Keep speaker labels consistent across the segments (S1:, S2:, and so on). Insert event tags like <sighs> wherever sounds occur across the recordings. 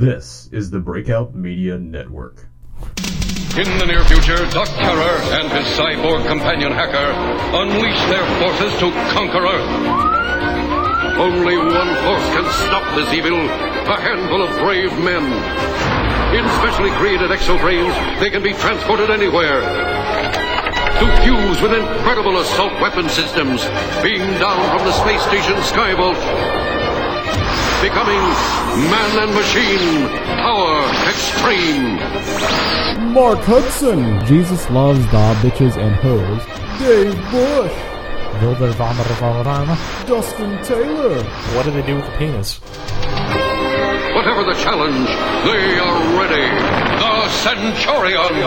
S1: This is the Breakout Media Network.
S2: In the near future, Doc Terror and his cyborg companion hacker unleash their forces to conquer Earth. Only one force can stop this evil a handful of brave men. In specially created exobrains, they can be transported anywhere. To fuse with incredible assault weapon systems beamed down from the space station Skyvault. Becoming man and machine, power extreme.
S3: Mark Hudson,
S4: Jesus loves da bitches and hoes.
S3: Dave Bush,
S4: Wilder Vomiter Valorama.
S3: Dustin Taylor,
S5: What do they do with the penis?
S2: Whatever the challenge, they are ready. The Centurion.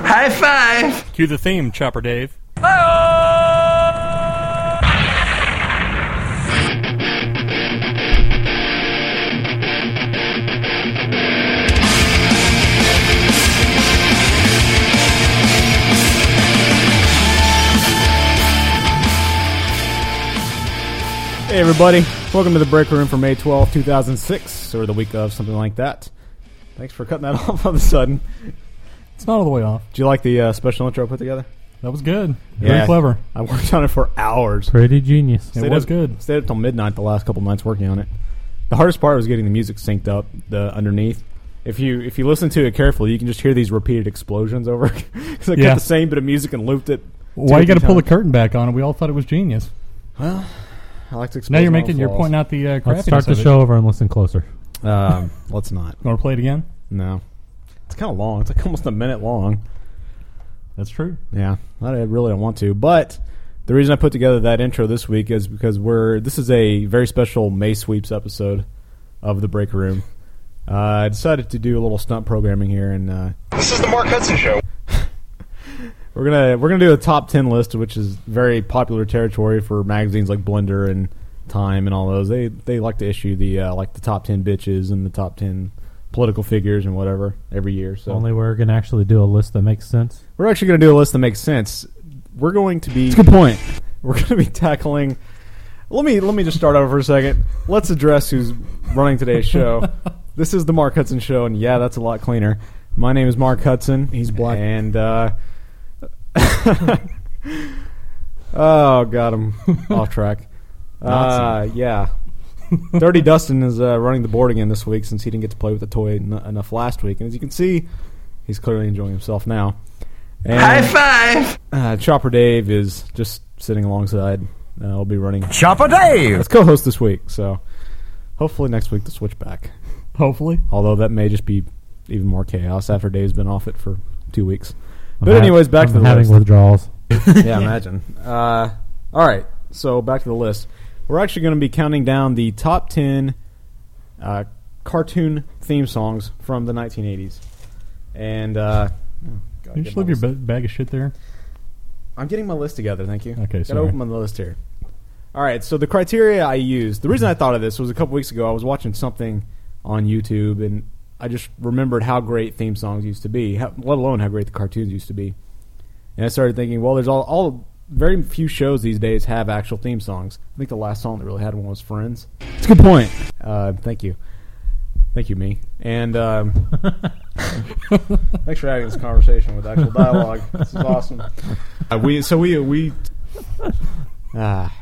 S6: High five!
S5: Cue the theme, Chopper Dave.
S4: Hey everybody, welcome to the break room for May twelfth, two 2006, or the week of, something like that. Thanks for cutting that <laughs> off all of a sudden.
S7: It's not all the way off.
S4: Do you like the uh, special intro I put together?
S7: That was good.
S4: Yeah.
S7: Very clever.
S4: I worked on it for hours.
S5: Pretty genius.
S7: It
S4: Stayed
S7: was
S4: up-
S7: good.
S4: Stayed up till midnight the last couple nights working on it. The hardest part was getting the music synced up, the underneath. If you if you listen to it carefully, you can just hear these repeated explosions over. <laughs> Because I
S7: Yeah.
S4: cut the same bit of music and looped it.
S7: Why you got to pull the
S4: curtain?
S7: curtain back on it? We all thought it was genius.
S4: I like to expose
S7: Now you're
S4: my
S7: making, you're
S4: flaws.
S7: pointing out the uh, crappiness
S5: Let's start the
S7: of it.
S5: show over and listen closer.
S4: Um, let's not.
S7: You want to play it again?
S4: No, it's kind of long. It's like almost a minute long.
S7: That's true.
S4: Yeah, I don't- I really don't want to. But the reason I put together that intro this week is because we're this is a very special May sweeps episode of the break room. Uh, I decided to do a little stunt programming here, and uh, <laughs>
S8: This is the Mark Hudson Show.
S4: we're gonna we're gonna do a top ten list, which is very popular territory for magazines like Blender and Time and all those. They they like to issue the uh, like the top ten bitches and the top ten political figures and whatever every year. So
S5: Only we're gonna actually do a list that makes sense.
S4: We're actually going to do a list that makes sense. We're going to be.
S5: good point.
S4: We're going to be tackling. Let me let me just start over for a second. Let's address who's running today's show. this is the Mark Hudson Show, and yeah, that's a lot cleaner. My name is Mark Hudson. He's black, and uh, oh, got
S5: <laughs>
S4: him off track. Uh, yeah, Dirty Dustin is uh, running the board again this week since he didn't get to play with the toy en- enough last week, and as you can see, he's clearly enjoying himself now. And,
S6: High five!
S4: uh, Chopper Dave is just sitting alongside. Uh, I'll be running as
S6: Chopper Dave!
S4: co-host this week, so hopefully next week the switch back.
S7: Hopefully.
S4: Although that may just be even more chaos after Dave's been off it for two weeks. But
S5: I'm ha-
S4: anyways, back
S5: I'm
S4: to the
S5: having
S4: list.
S5: withdrawals.
S4: <laughs> yeah, imagine. Uh, all right, so back to the list. We're actually going to be counting down the top ten uh, cartoon theme songs from the 1980s. And uh, oh, God,
S7: Can you
S4: get
S7: just
S4: my
S7: leave your
S4: list.
S7: ba- bag of shit there?
S4: I'm getting my list together. Thank you.
S7: Okay,
S4: Gotta
S7: sorry.
S4: open my list here. All right. So the criteria I used. The reason I thought of this was a couple weeks ago. I was watching something on YouTube, and I just remembered how great theme songs used to be, how, let alone how great the cartoons used to be. And I started thinking, well, there's all, all very few shows these days have actual theme songs. I think the last song that really had one was Friends. It's a good
S5: <laughs>
S7: <laughs>
S4: point. Uh, thank you. Thank you, me. And um, thanks for having this conversation with actual
S5: <laughs>
S4: dialogue. This is awesome. Uh, we so we we. Ah,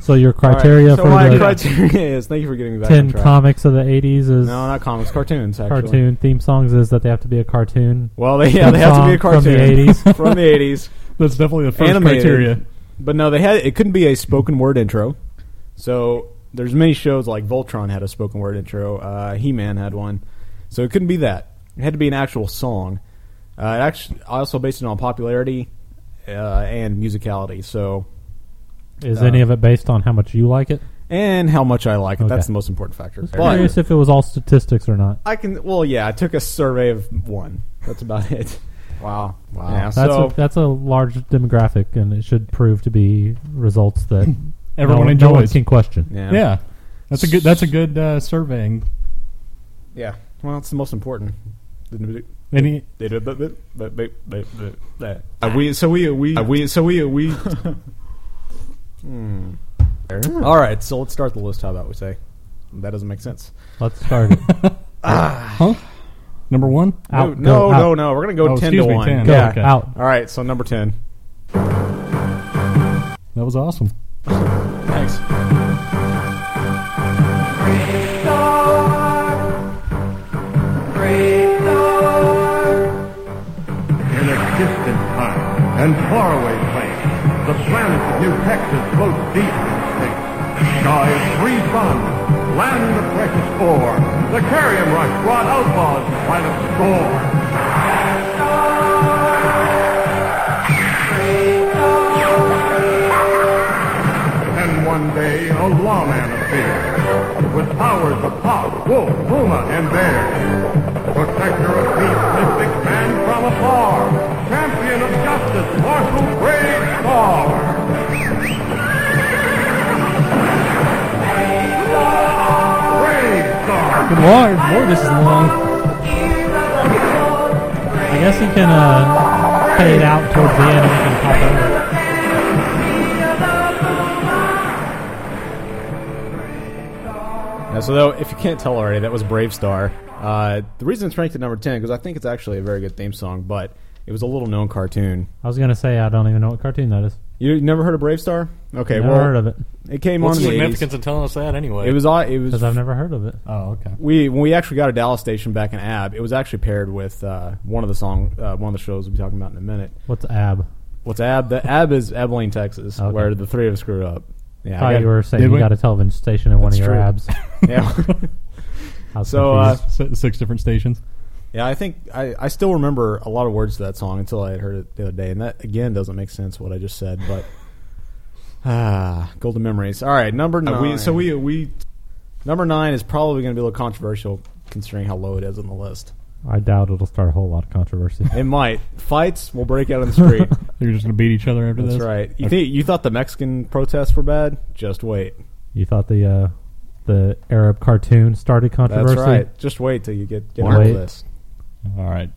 S5: So your criteria
S4: so
S5: for
S4: my
S5: the
S4: criteria is thank you for getting me back
S5: ten
S4: on track.
S5: comics of the '80s is
S4: no, not comics, cartoons. Actually.
S5: cartoon theme songs is that they have to be a cartoon.
S4: Well, they, yeah, they have to be a
S5: From
S4: cartoon
S5: the
S4: <laughs>
S5: 80s.
S4: from the eighties.
S7: That's definitely the first
S4: Animated.
S7: criteria.
S4: But no, they had it couldn't be a spoken word intro. So there's many shows like Voltron had a spoken word intro. Uh, he Man had one. So it couldn't be that. It had to be an actual song. Uh, it actually, I also based it on popularity uh, and musicality. So
S5: Is
S4: Uh,
S5: any of it based on how much you like it?
S4: and how much I like it. That's
S5: Okay.
S4: the most important factor.
S5: I'm curious if it was all statistics or not.
S4: I can. Well, yeah, I took a survey of one. That's about it. Wow. Wow. Yeah,
S5: That's
S4: so
S5: a, that's a large demographic, and it should prove to be results
S7: <laughs>
S5: that
S7: Everyone
S5: no,
S7: enjoys.
S5: No one can question.
S4: yeah.
S7: Yeah. That's a good. That's a good uh, surveying.
S4: Yeah. Well, it's the most important.
S7: Any
S4: They do- but- but- but- but- but- but- but- Uh, we so we we uh, we so we <laughs> we. Hmm. All right, so let's start the list. How about we say? That doesn't make sense.
S5: <laughs> Let's start it.
S7: <laughs> Ah. Number one.
S5: Out,
S4: no,
S5: go,
S4: no, no,
S5: out.
S4: no. We're gonna go
S7: Oh,
S4: ten
S7: excuse
S4: to
S7: me,
S4: one.
S7: 10.
S5: Go,
S4: Yeah.
S7: Okay.
S5: out.
S4: All right. So number ten.
S7: That was awesome.
S4: Thanks.
S8: in a distant time and faraway place, the planet New Texas floats deep in space. Sky of three suns, land the precious ore, the carrion rush brought outlaws by the score. And one day, a lawman appeared with powers of hawk, wolf, puma, and bear. Protector of peace, mystic man from afar, champion of justice, martial brave star. Brave star.
S7: Good lord, lord, this is long.
S5: I guess you can uh, fade out towards the end and we can pop over.
S4: Yeah, so though, if you can't tell already, that was Brave Star. Uh, the reason it's ranked at number ten because I think it's actually a very good theme song, but it was a little known cartoon.
S5: I was gonna say I don't even know what cartoon that is.
S4: You never heard of Brave Star? Okay,
S5: Never
S4: well,
S5: heard of it
S4: it came
S9: What's
S4: on
S9: the
S4: in the
S9: significance
S4: 80s.
S9: in telling us that anyway?
S4: It was all. It
S5: because
S4: was
S5: I've never heard of it.
S7: Oh, okay.
S4: we when we actually got a Dallas station back in AB. It was actually paired with uh, one of the song, uh, one of the shows we'll be talking about in a minute.
S5: What's ab?
S4: What's AB? The AB is Abilene, Texas,
S5: Okay.
S4: where the three of us screwed up. Yeah, I
S5: thought
S4: got-
S5: you were saying
S7: Did
S5: you
S7: we?
S5: got a television station in one
S4: That's
S5: of your
S4: true.
S7: <laughs>
S5: abs.
S4: Yeah. <laughs>
S5: I was
S4: So, uh,
S5: confused.
S7: S- Six different stations.
S4: Yeah, I think I, I still remember a lot of words to that song until I had heard it the other day, and that again doesn't make sense what I just said. But <sighs> ah, golden memories. All right, number nine.
S1: Uh, we, so we we
S4: number nine is probably going to be a little controversial considering how low it is on the list.
S5: I doubt it'll start a whole lot of controversy.
S4: It might fights will break out in the
S7: <laughs>
S4: street.
S7: You're just gonna beat each other after
S4: That's
S7: this.
S4: right. You think you thought the Mexican protests were bad? Just wait.
S5: you thought the uh, the Arab cartoon started
S4: That's
S5: controversy?
S4: right. Just wait till you get get
S5: Wait.
S4: on the list.
S7: All right.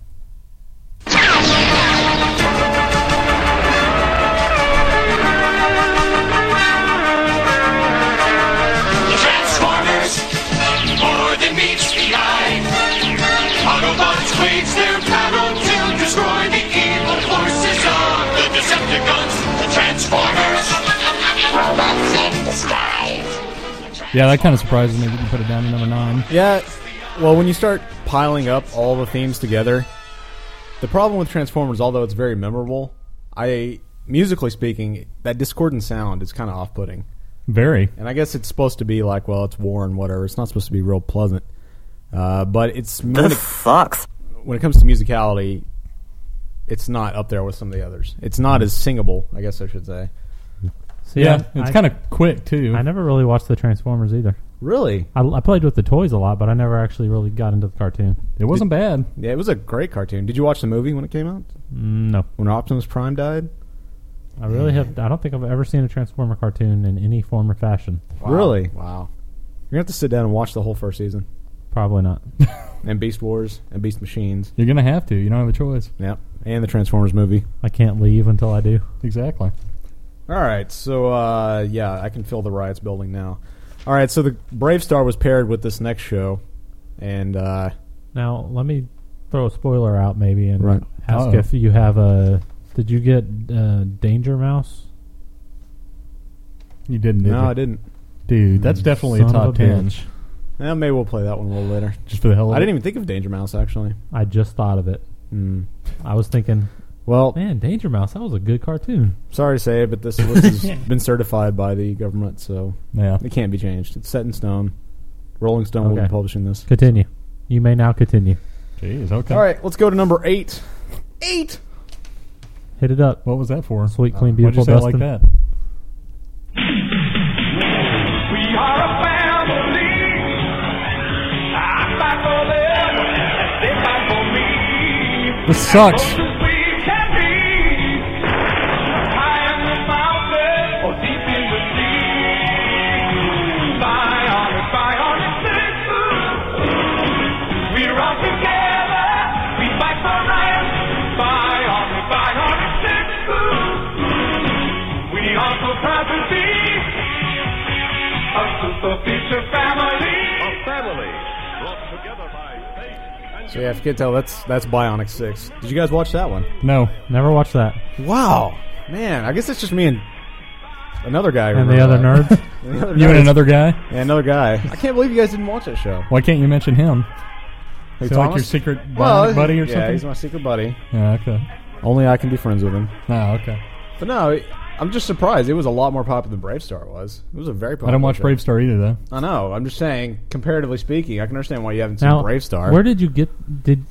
S10: Transformers, more than meets the eye. Autobots wage their battle to destroy the evil forces of the Decepticons. The Transformers, robots in disguise.
S7: Yeah, that kind of surprises me that you put it down to number nine.
S4: Yeah. Well, when you start piling up all the themes together, the problem with Transformers, although it's very memorable, I musically speaking, that discordant sound is kind of off-putting.
S7: Very.
S4: And I guess it's supposed to be like, well, it's war and whatever. It's not supposed to be real pleasant. Uh, but it's when it,
S6: sucks.
S4: when it comes to musicality, it's not up there with some of the others. It's not as singable, I guess I should say.
S5: So,
S7: Yeah, it's
S5: I-
S7: kind of quick too.
S5: I never really watched the Transformers either.
S4: Really?
S5: I, I played with the toys a lot, but I never actually really got into the cartoon.
S7: It wasn't bad.
S4: Yeah, it was a great cartoon. Did you watch the movie when it came out?
S5: No,
S4: When Optimus Prime died?
S5: I really have. I don't think I've ever seen a Transformer cartoon in any form or fashion.
S4: Really? Wow. You're going to have to sit down and watch the whole first season.
S5: Probably
S7: <laughs>
S5: not.
S4: and Beast Wars and Beast Machines.
S7: You're gonna have to. You don't have a choice.
S4: Yep. And the Transformers movie.
S5: I can't leave until I do.
S7: Exactly.
S4: All right. So, uh, yeah, I can fill the riots building now. All right. So, the Brave Star was paired with this next show. And, uh,
S5: Now, let me throw a spoiler out, maybe, and
S4: Right.
S5: ask
S7: Uh-oh.
S5: if you have a. Did you get uh, Danger Mouse?
S7: You didn't. Did
S4: no,
S7: you?
S4: I didn't.
S7: Dude, that's definitely a
S5: Mm. Son of
S7: top
S5: a
S7: ten.
S5: bitch.
S4: Eh, maybe we'll play that one a little later.
S7: Just for the hell of
S4: I
S7: it.
S4: didn't even think of Danger Mouse, actually.
S5: I just thought of it.
S7: Hmm.
S5: I was thinking,
S4: Well,
S5: man, Danger Mouse. That was a good cartoon.
S4: sorry to say it, but this list has
S7: <laughs>
S4: been certified by the government, so
S7: Yeah.
S4: it can't be changed. It's set in stone. Rolling Stone will be
S5: Okay.
S4: publishing this.
S5: Continue. You may now continue.
S7: Jeez. Okay.
S4: All right. Let's go to number eight. Eight.
S5: Hit it up.
S7: What was that for?
S5: Sweet, clean,
S7: Why'd you
S5: beautiful
S7: say it like
S5: Dustin.
S7: that?
S10: We are a family. I fight for them, they fight for me.
S7: This sucks.
S10: Close as we can be. High in the mountain or deep in the sea. Bionic, bionic sisters. We're all together. We fight for right. Bionic, bionic sisters. We are so proud to be a super feature family.
S4: So yeah, if you can tell, that's that's Bionic Six. Did you guys watch that one?
S7: No.
S5: Never watched that.
S4: Wow, man. I guess that's just me and another guy. who
S5: And the
S4: remember
S5: other
S4: that.
S7: <laughs>
S4: <laughs>
S5: nerds.
S4: The other
S7: You and
S4: nerds.
S7: another guy?
S4: Yeah, another guy. I can't believe you guys didn't watch that show.
S7: Why can't you mention him?
S4: Hey,
S7: Is he like your secret
S4: Well,
S7: bionic buddy or
S4: yeah,
S7: something?
S4: he's my secret buddy.
S7: yeah, okay.
S4: Only I can be friends with him.
S7: Oh, okay.
S4: But no, I'm just surprised. It was a lot more popular than Brave Star was. It was a very popular.
S7: I don't watch
S4: show.
S7: Brave Star either, though.
S4: I know. I'm just saying, comparatively speaking, I can understand why you haven't seen
S5: Now,
S4: Brave Star.
S5: Where did you get did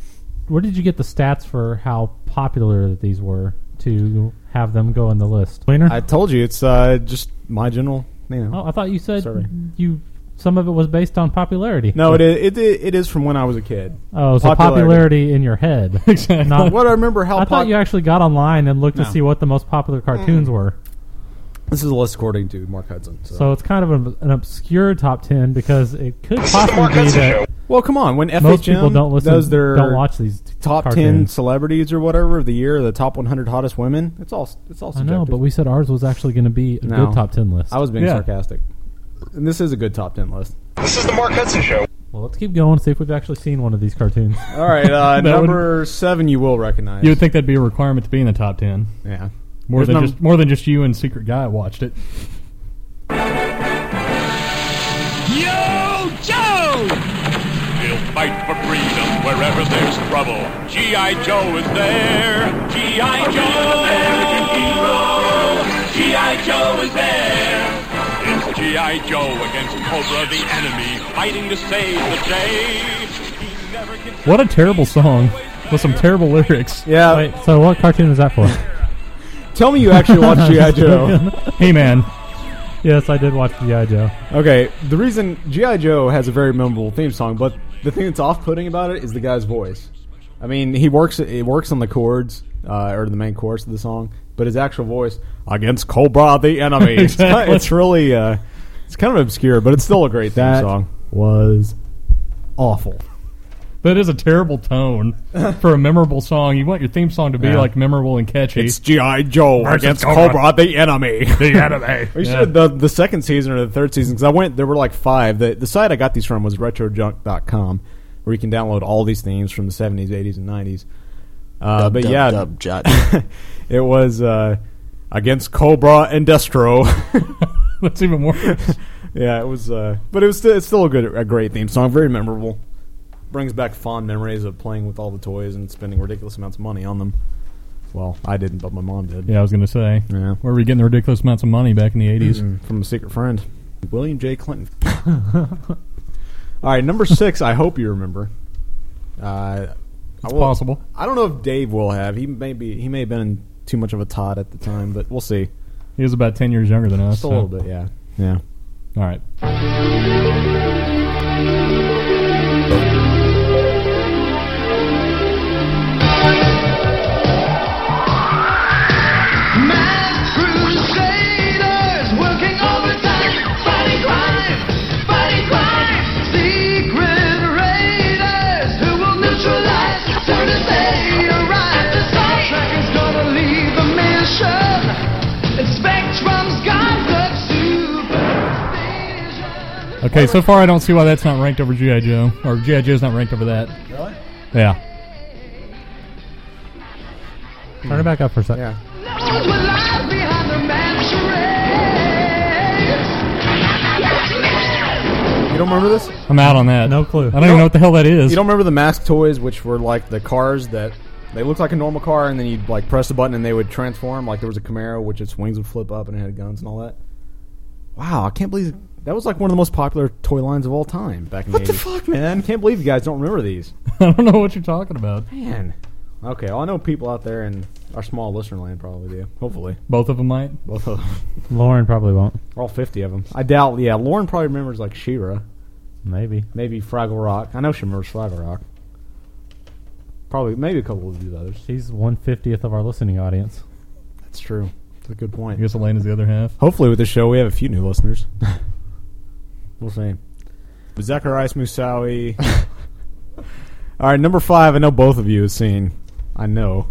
S5: where did you get the stats for how popular that these were to have them go on the list? Wiener?
S4: I told you, it's uh, just my general. You know.
S5: oh, I thought you said
S4: Sorry.
S5: you some of it was based on popularity.
S4: No, it is, it, it is from when I was a kid.
S5: Oh, so popularity, in
S4: <laughs>
S5: your head.
S7: Exactly.
S5: Not-
S4: What I remember how
S5: I
S4: pop- Hmm.
S5: thought you actually got online and looked
S4: No.
S5: to see what the most popular cartoons were.
S4: This is a list according to Mark Hudson. So.
S5: So it's kind of a, an obscure top ten because it could
S10: is the Mark
S5: possibly be
S10: Hudson
S5: that
S10: Show.
S4: well, come on. When FHM
S5: most people don't listen,
S4: does their
S5: don't watch these t-
S4: top ten
S5: cartoons.
S4: celebrities or whatever of the year, the top 100 hottest women, it's all it's all
S5: I
S4: subjective.
S5: know, but we said ours was actually going to be a
S4: No.
S5: good top ten list.
S4: I was being
S7: Yeah.
S4: sarcastic. And this is a good top 10 list.
S10: This is the Mark Hudson Show.
S5: well, let's keep going. See if we've actually seen one of these cartoons.
S4: All
S5: <laughs>
S4: right, uh,
S7: That would-
S4: number seven you will recognize.
S7: You would think that'd be a requirement to be in the top ten.
S4: yeah.
S7: More
S4: Here's
S7: than
S4: num-
S7: just more than just you and secret guy watched it.
S10: Yo, Joe! We'll fight for freedom wherever there's trouble. G.I. Joe is there. G.I. Joe! American hero. G.I. Joe is there. It's G.I. Joe against Cobra the enemy, fighting to save the day. He never can
S7: What a terrible song with some terrible lyrics.
S4: Yeah.
S5: Wait, so what cartoon is that <laughs> for?
S4: Tell me you actually watched G.I.
S5: <laughs>
S4: Joe.
S7: Hey man,
S5: yes, I did watch GI Joe.
S4: Okay, the reason G.I. Joe has a very memorable theme song, but the thing that's off putting about it is the guy's voice. I mean, he works it works on the chords, uh, or the main chorus of the song, but his actual voice, against Cobra the enemy. It's ki-
S7: Exactly.
S4: It's really, uh, it's kind of obscure, but it's still a great theme
S5: That
S4: song. was awful.
S7: that is a
S4: <laughs>
S7: terrible tone for a memorable song. You want your theme song to be
S4: Yeah.
S7: like memorable and catchy.
S4: It's G.I. Joe against Cobra.
S7: Cobra.
S4: the enemy.
S7: the
S4: <laughs>
S7: anime.
S4: We should have done the second season or the third season because I went. There were like five. The the site I got these from was RetroJunk.com, where you can download all these themes from the seventies, eighties, and nineties. Uh, but
S9: Dub,
S4: yeah, <laughs>
S9: dub, jot.
S4: it was uh, against Cobra and Destro.
S7: <laughs>
S4: <laughs>
S7: That's even worse.
S4: yeah, it was. Uh, but it was still, it's still a good, a great theme song, very memorable. Brings back fond memories of playing with all the toys and spending ridiculous amounts of money on them. Well, I didn't, but my mom did.
S7: Yeah, I was gonna say.
S4: Yeah. Mm-hmm.
S7: Where were we getting the ridiculous amounts of money back in the eighties?
S4: from a secret friend, William J. Clinton. <laughs> All right, number six. I hope you remember. Uh, I will-
S7: Possible.
S4: I don't know if Dave will have. He may be. He may have been too much of a tot at the time, but we'll see.
S7: He was about ten years younger than us.
S4: Just a
S7: so-
S4: little bit, yeah, yeah.
S7: All right.
S10: Crusaders working overtime, fighting crime, fighting crime. Secret raiders who will neutralize soon as they arrive to sight. Tracker's gonna leave a mission. And Spectrum's got the supervision.
S7: Okay, so far I don't see why that's not ranked over GI Joe, or GI Joe's not ranked over that. Really? Yeah.
S5: Turn it back up for a second.
S4: Yeah.
S10: Those were lies behind the man's charades.
S4: You don't remember this? You
S7: I'm out on that.
S5: No clue.
S7: I don't even know what the hell that is.
S4: don't remember the mask toys, which were like the cars that they looked like a normal car, and then you'd like press a button and they would transform. Like there was a Camaro, which its wings would flip up and it had guns and all that. Wow, I can't believe that was like one of the most popular toy lines of all time back in the 80s.
S7: fuck,
S4: Man, can't believe you guys don't remember these.
S7: <laughs> I don't know what you're talking about.
S4: Man. Okay, well, I know people out there in our small listener land probably do. Hopefully.
S7: Both of them might.
S4: Both of them. <laughs>
S5: Lauren probably won't.
S4: All 50 of them. I doubt, yeah. Lauren probably remembers, like, She-Ra.
S5: Maybe.
S4: Maybe Fraggle Rock. I know she remembers Fraggle Rock. Probably, maybe a couple of these others.
S5: She's one fiftieth of our listening audience.
S4: That's true. That's a good
S7: I
S4: point.
S7: guess Elena's the other half.
S4: Hopefully, with the show, we have a few new listeners.
S7: <laughs>
S4: we'll see. Zacharias Musawi. <laughs> All right, number five. I know both of you have seen. I know.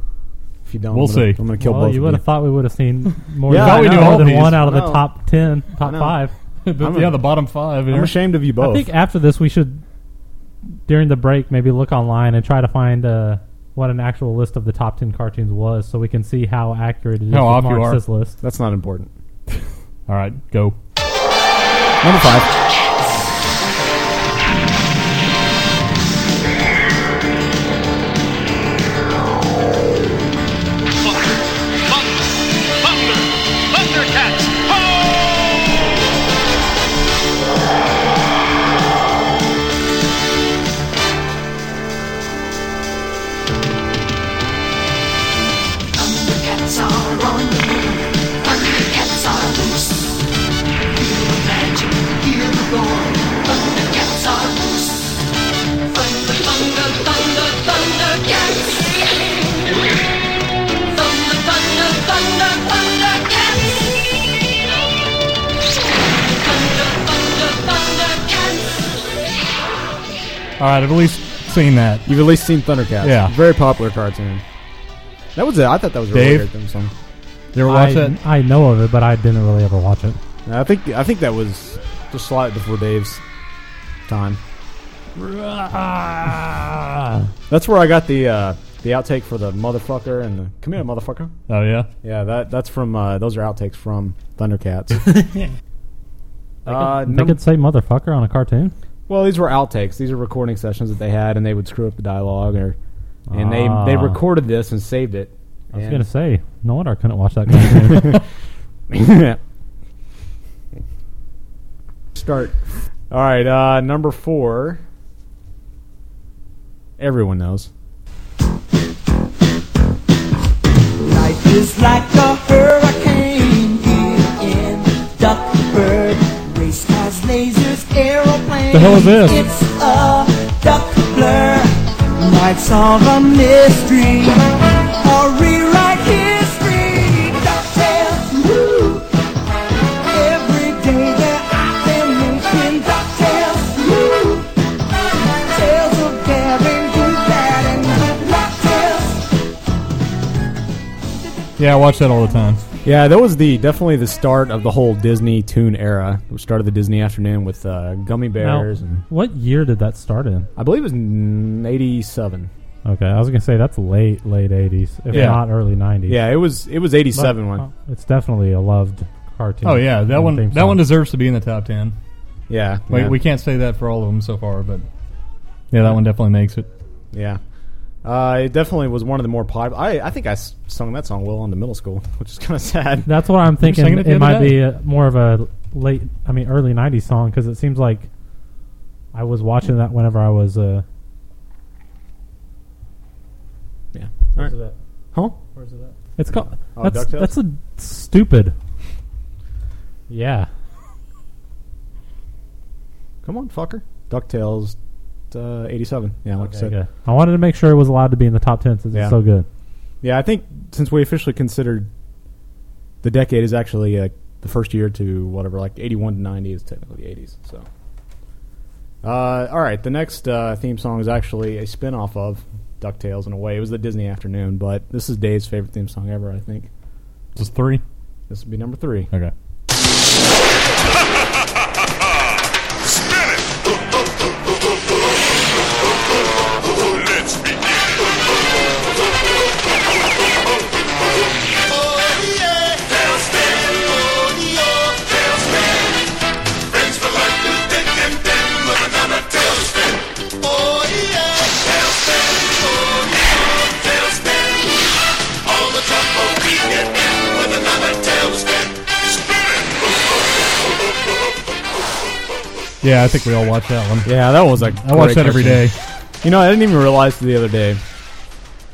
S4: If you don't,
S7: We'll
S4: I'm gonna,
S7: see.
S4: I'm going to kill
S5: well,
S4: both
S5: you
S4: of
S5: would have thought we would
S4: <laughs>
S5: have seen more
S4: Yeah, I
S5: than,
S4: know.
S5: more than
S7: All these.
S5: one out of
S4: I
S5: the
S4: know.
S5: top ten, top
S4: know.
S5: <laughs> five.
S7: But
S4: I'm a-
S7: yeah, the bottom five.
S4: I'm
S7: here.
S4: ashamed of you both.
S5: I think after this we should during the break, maybe look online and try to find uh, what an actual list of the top ten cartoons was, so we can see how accurate it is.
S7: How
S5: with
S7: off you
S5: Mark's
S7: are.
S5: this list.
S4: That's not important.
S7: All right, go.
S4: Number five.
S10: Thundercats!
S9: Thundercats are on the move. Thundercats are loose. Feel the magic, hear the roar. Thundercats are loose. Thunder, thunder, thunder, Thundercats. Thunder, thunder, thunder, Thundercats. Thunder, thunder, Thundercats.
S7: All right, I've at least seen that.
S4: You've at least seen Thundercats.
S7: Yeah.
S4: Very popular cartoon. That was it. I thought that was a
S7: Dave?
S4: really good theme song.
S7: You ever watch
S5: I,
S7: that?
S5: I know of it, but I didn't really ever watch it.
S4: I think I think that was just slightly before Dave's time. That's where I got the uh, the outtake for the motherfucker and the come here motherfucker.
S7: Oh yeah.
S4: Yeah, that that's from uh, those are outtakes from
S5: <laughs>
S4: Thundercats. uh,
S5: they
S4: num-
S5: could say motherfucker on a cartoon.
S4: well, these were outtakes. These are recording sessions that they had, and they would screw up the dialogue, or and
S5: Ah.
S4: they they recorded this and saved it.
S5: I was gonna say, no wonder I couldn't watch that cartoon.
S4: Start. All right, uh, number four. Everyone knows.
S9: Life is like a hurricane here in Duckburg. Race cars, lasers, aeroplanes.
S7: The hell is this?
S9: It's a duck blur. Might solve a mystery or rewrite history. DuckTales move. Every day they're out there making DuckTales move. Tales of daring, good, bad, and luck tales.
S7: <laughs> Yeah, I watch that all the time.
S4: Yeah, that was the definitely the start of the whole Disney Toon era. We started the Disney afternoon with uh, gummy
S5: Now,
S4: bears, and
S5: what year did that start in?
S4: I believe it was in '87.
S5: Okay, I was gonna say that's late, late '80s, if
S7: Yeah.
S5: not early '90s.
S4: Yeah, it was it was
S5: But,
S4: '87
S5: uh,
S4: one.
S5: It's definitely a loved cartoon.
S7: Oh yeah, that
S5: and
S7: one.
S5: theme
S7: That one
S5: song.
S7: deserves to be in the top ten.
S4: Yeah,
S7: Wait,
S4: yeah.
S7: we can't say that for all of them so far, but yeah, that one definitely makes it.
S4: Yeah. Uh, it definitely was one of the more popular. I, I think I s- sung that song well into middle school, which is kind of sad.
S5: That's what I'm thinking.
S7: singing it
S5: It,
S7: the other
S5: might
S7: day.
S5: be uh more of a late, I mean, early '90s song because it seems like I was watching that whenever I was. Uh,
S4: Yeah. All right. Huh?
S5: Where's it at? It's called.
S4: Oh,
S5: that's
S4: DuckTales?
S5: that's a stupid. Yeah.
S4: Come on, fucker. DuckTales uh, 87. Yeah, like I said.
S5: Okay. I wanted to make sure it was allowed to be in the top ten since
S4: Yeah.
S5: it's so good.
S4: Yeah, I think since we officially considered the decade is actually uh, the first year to whatever, like 81 to 90 is technically the 80s. So, uh, all right, the next uh, theme song is actually a spin off of DuckTales in a way. It was the Disney afternoon, but this is Dave's favorite theme song ever, I think.
S7: Just three.
S4: This would be number three.
S7: Okay.
S10: Spin it! Let's begin. Oh yeah, they'll spin. Oh yeah, they'll spin. Friends for life, we'll take them down with another tail spin. Oh yeah, they'll spin. Oh yeah, they'll spin. All the trouble we get in with another tail spin. Spin it.
S7: Yeah, I think we all watch that one.
S4: Yeah, that was like
S7: I watch that every day.
S4: You know, I didn't even realize the other day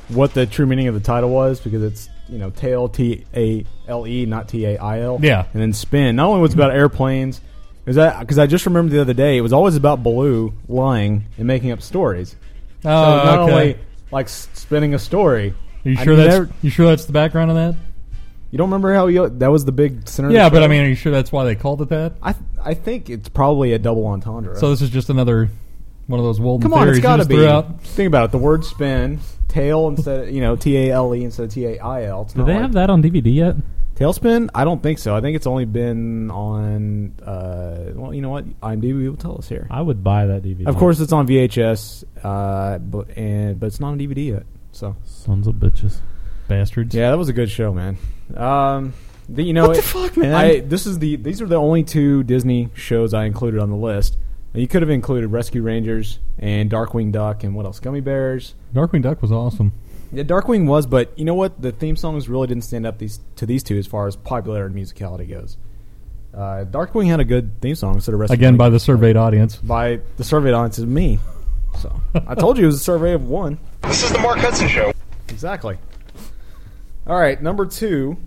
S4: what the true meaning of the title was because it's you know tail T A L E not T A I L.
S7: Yeah.
S4: and then spin. Not only was it about airplanes, is that because I just remembered the other day it was always about Baloo lying and making up stories. So
S7: Oh,
S4: not
S7: okay.
S4: only like s- spinning a story.
S7: Are you
S4: I
S7: sure that's
S4: never-
S7: you sure that's the background of that?
S4: you don't remember how you, that was the big center. of
S7: Yeah,
S4: the
S7: but I
S4: show?
S7: mean, are you sure that's why they called it that?
S4: I th- I think it's probably a double entendre.
S7: So this is just another one of those Walden
S4: Come on,
S7: theories
S4: it's
S7: you
S4: got to
S7: just
S4: be.
S7: threw out.
S4: Think about it. The word spin, tail instead of, you know, T A L E instead of T A I L.
S5: Do they have that on DVD yet?
S4: Tailspin? I don't think so. I think it's only been on. Uh, well, you know what? IMDb will tell us here.
S5: I would buy that DVD.
S4: Of course, it's on VHS, uh, but and but it's not on DVD yet. So
S5: sons of bitches.
S7: Bastards.
S4: yeah, that was a good show, man. Um, the, you know
S7: What the
S4: it-
S7: fuck, man?
S4: I this is the these are the only two Disney shows I included on the list. And you could have included Rescue Rangers and Darkwing Duck and what else? Gummy Bears.
S7: Darkwing Duck was awesome.
S4: Yeah, Darkwing was, but you know what? The theme songs really didn't stand up these to these two as far as popularity and musicality goes. Uh, Darkwing had a good theme song, so the rest
S7: Again,
S4: of
S7: by the surveyed audience.
S4: by the survey audience is me. So I told you it was a survey of one.
S11: This is the Mark Hudson Show.
S4: Exactly. All right, number two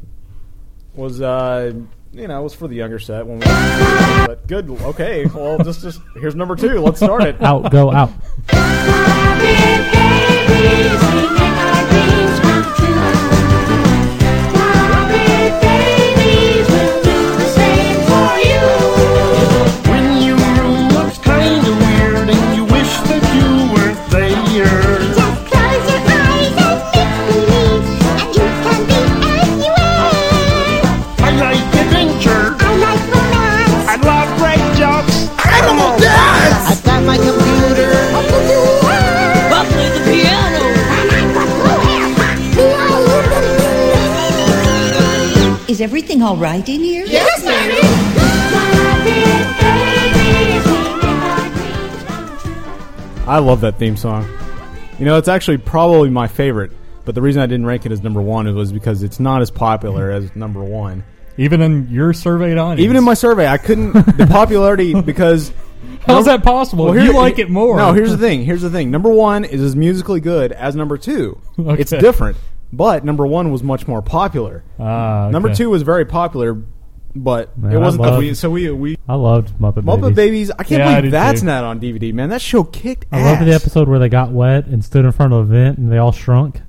S4: was uh, you know was for the younger set when we. But good, okay. Well, just just here's number two. Let's start it.
S5: Out, go out.
S10: When your room looks kinda weird and you wish that you were there. Just close your eyes and it believes, and you can be anywhere. I like adventure. I like romance. I love great jokes. Animal dance. I've got my computer. A computer. I play the piano. And I've got blue hair.
S12: Is everything all right in here?
S10: Yes, Mary.
S4: I love that theme song. You know, it's actually probably my favorite. But the reason I didn't rank it as number one was because it's not as popular as number one.
S7: <laughs> Even in your surveyed audience.
S4: Even in my survey, I couldn't the popularity because
S7: How's that possible? You like it more.
S4: No,
S7: <laughs>
S4: here's the thing. Here's the thing. Number one is as musically good as number two.
S7: Okay.
S4: It's different, but number one was much more popular.
S7: Ah, okay.
S4: Number two was very popular, but
S5: Man,
S4: it
S5: I
S4: wasn't.
S5: love-
S4: the, we, so we we
S5: I loved Muppet,
S4: Muppet Babies. I can't
S5: Yeah, I
S4: believe
S5: did
S4: that's
S5: too.
S4: not on DVD. Man, that show kicked
S5: I
S4: ass.
S5: loved the episode where they got wet and stood in front of a vent and they all
S7: <laughs>
S5: shrunk.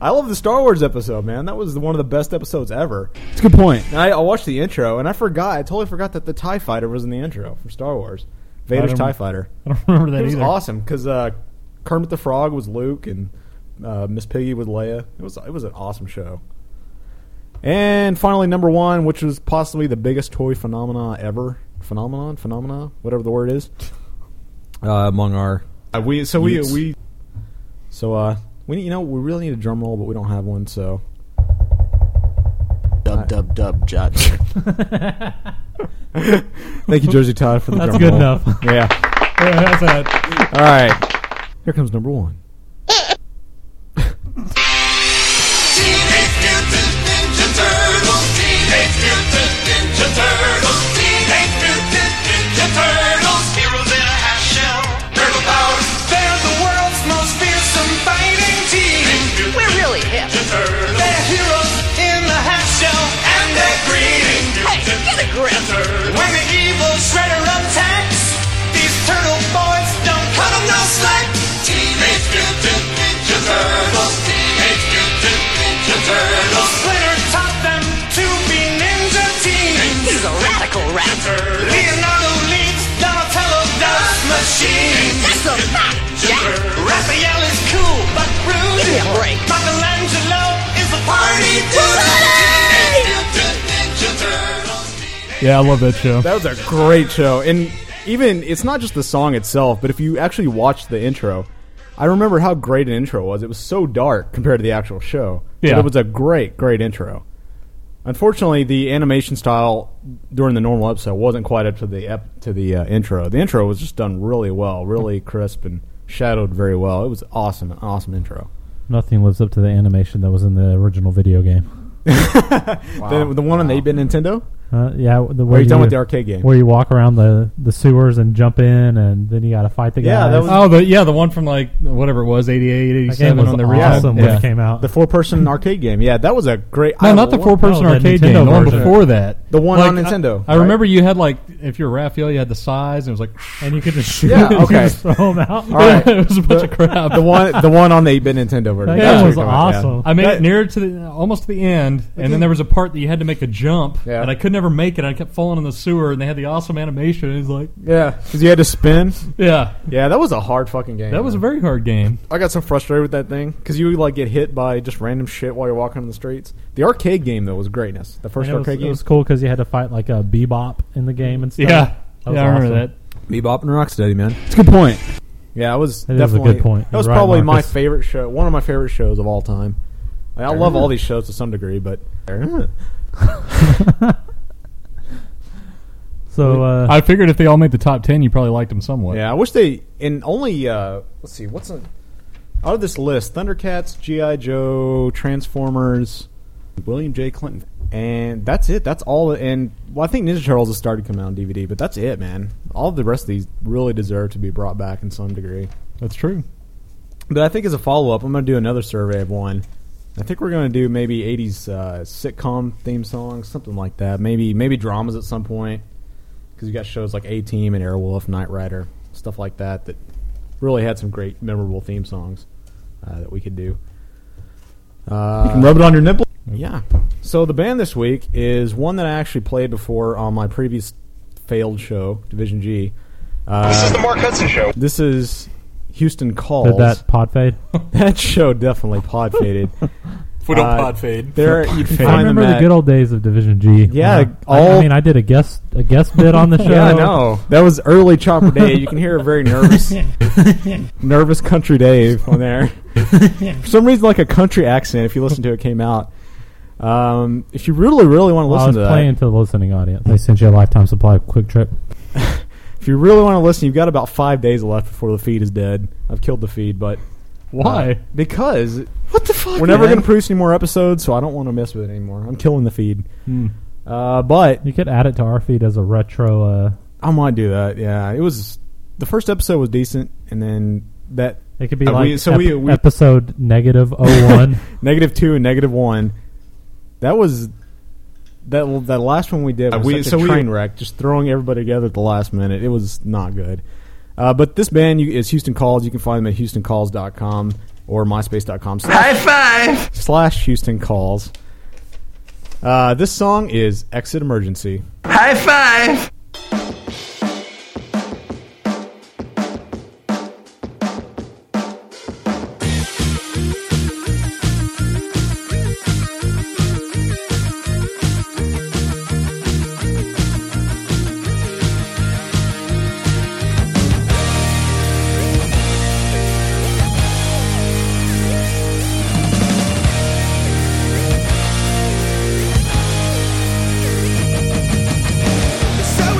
S4: I love the Star Wars episode, man. That was one of the best episodes ever. It's a good point. And I, I watched the intro, and I forgot. I totally forgot that the Tie Fighter was in the intro for Star Wars. Vader's
S7: don't-
S4: Tie Fighter.
S7: I don't remember that
S4: It was
S7: either.
S4: awesome because uh, Kermit the Frog was Luke, and uh, Miss Piggy was Leia. It was it was an awesome show. And finally, number one, which was possibly the biggest toy phenomena ever, phenomenon, phenomena, whatever the word is, <laughs> uh, among our we so
S1: we-
S4: we so uh we you know we really need a drum roll, but we don't have one. So
S13: Dub dub dub
S4: <laughs>
S13: judge.
S4: thank you, Jersey Todd, for the
S5: That's
S4: drum
S5: good
S4: roll.
S5: enough.
S4: <laughs> Yeah.
S7: Yeah, that's it.
S4: All right. Here comes number one.
S10: When the evil shredder attacks, these turtle boys don't cut 'em no slack. Teenage Mutant Ninja Turtles, Teenage Mutant Ninja Turtles. Splinter taught them to be ninja teens. He's a radical rat. Leonardo leads, Donatello does machines. That's a fact, Jack. Raphael is cool but rude. Give me a break. Michelangelo is a party dude. Teenage Mutant Ninja Turtles.
S7: Yeah, I love that show.
S4: That was a great show, and even it's not just the song itself, but if you actually watch the intro, I remember how great an intro was. It was so dark compared to the actual show,
S7: Yeah.
S4: but it was a great, great intro. Unfortunately, the animation style during the normal episode wasn't quite up to the ep- to the uh, intro. The intro was just done really well, really crisp and shadowed very well. It was awesome, an awesome intro.
S5: Nothing lives up to the animation that was in the original video game.
S4: The, the one on the 8-bit Nintendo.
S5: Uh, yeah, the
S4: Are
S5: way
S4: you talking about the arcade game?
S5: where you walk around the, the sewers and jump in, and then you got to fight the guys.
S7: oh, the, yeah, the one from like whatever it was, 88, 87
S5: was
S7: on the
S5: awesome
S7: yeah.
S5: when it came out. <laughs>
S4: The <laughs> four person arcade game. Yeah, that was a great.
S7: No,
S4: I
S7: not the
S4: lo-
S7: four person arcade game. The one before that.
S4: The one
S7: Like,
S4: on Nintendo.
S7: I, I
S4: right?
S7: remember you had like, if you're Raphael, you had the size, and it was like, and
S5: you could just
S7: shoot
S4: Yeah,
S7: <laughs>
S4: okay.
S5: throw them out.
S4: All
S5: <laughs>
S4: right.
S7: it was a bunch
S4: the,
S7: of crap.
S4: Uh, The one, the one on the 8-bit Nintendo version.
S7: That
S4: That's
S7: game
S4: what
S7: was
S4: you're talking about,
S7: I made
S4: yeah.
S7: it near to the almost to the end, and then there was a part that you had to make a jump, and I could never never make it. I kept falling in the sewer, and they had the awesome animation. And it's like,
S4: Yeah, because you had to spin.
S7: yeah,
S4: Yeah, that was a hard fucking game.
S7: that was a very hard game.
S4: I got so frustrated with that thing because you would like get hit by just random shit while you're walking on the streets. The arcade game though was greatness. The first
S5: And it, was,
S4: arcade
S5: it was cool because you had to fight like a bebop in the game and stuff.
S7: Yeah,
S5: That was
S7: yeah, I remember
S5: awesome.
S7: that.
S4: game, Bebop and Rocksteady, man. It's a good point. Yeah, that was
S5: That is a
S4: definitely
S5: good point.
S4: That was
S5: You're right,
S4: probably my
S5: Marcus.
S4: favorite show, one of my favorite shows of all time. I, mean, I love all these shows to some degree, but
S5: So uh,
S7: I figured if they all made the top ten, you probably liked them somewhat.
S4: yeah, I wish they in only uh let's see what's a, out of this list: Thundercats, GI Joe, Transformers, William J. Clinton, and that's it. That's all. And well, I think Ninja Turtles has started coming out on DVD, but that's it, man. All the rest of these really deserve to be brought back in some degree.
S7: that's true.
S4: But I think as a follow up, I'm going to do another survey of one. I think we're going to do maybe 80s uh, sitcom theme songs, something like that. Maybe maybe dramas at some point because you got shows like A Team and Airwolf, Knight Rider, stuff like that that really had some great memorable theme songs uh, that we could do. Uh, you can rub it on your nipple. Yeah. So the band this week is one that I actually played before on my previous failed show, Division G. Uh,
S10: This is the Mark Hudson Show.
S4: This is Houston Calls.
S5: did that pod fade?
S4: That show definitely pod
S7: <laughs>
S4: faded.
S7: We don't
S4: Uh,
S7: pod fade.
S4: There you can find
S5: I remember
S4: them
S5: the
S4: at-
S5: good old days of Division G.
S4: Yeah,
S5: When I- I,
S4: all-
S5: mean, I did a guest
S4: <laughs>
S5: a guest bit on the show.
S4: Yeah, I know. That was early Chopper Dave. You can hear a very nervous,
S5: <laughs>
S4: nervous Country Dave on there. For some reason, like a country accent. If you listen to it, came out. Um, if you really, really want to
S5: Well, I
S4: listen
S5: was
S4: to that,
S5: playing to the listening audience. They sent you a lifetime supply of Quick Trip.
S4: if you really want to listen, you've got about five days left before the feed is dead. I've killed the feed, but uh,
S7: Why?
S4: because what the fuck? We're never
S7: man?
S4: going to produce any more episodes, so I don't want to mess with it anymore. I'm killing the feed.
S5: Hmm.
S4: Uh, but
S5: You could add it to our feed as a retro. Uh,
S4: I might do that. Yeah, it was the first episode was decent, and then that
S5: it could be
S4: Uh,
S5: like
S4: we- so
S5: ep-
S4: we- we-
S5: episode negative
S4: <laughs>
S5: oh one.
S4: negative two and negative one. That was that that last one we did
S1: Uh,
S4: was
S1: we-
S4: such
S1: so
S4: a
S1: we-
S4: train wreck, just throwing everybody together at the last minute. It was not good. Uh, but this band you, is Houston Calls. You can find them at houstoncalls.com or myspace.com slash,
S6: High five!
S4: slash Houston Calls. Uh, this song is Exit Emergency.
S6: High five!
S10: So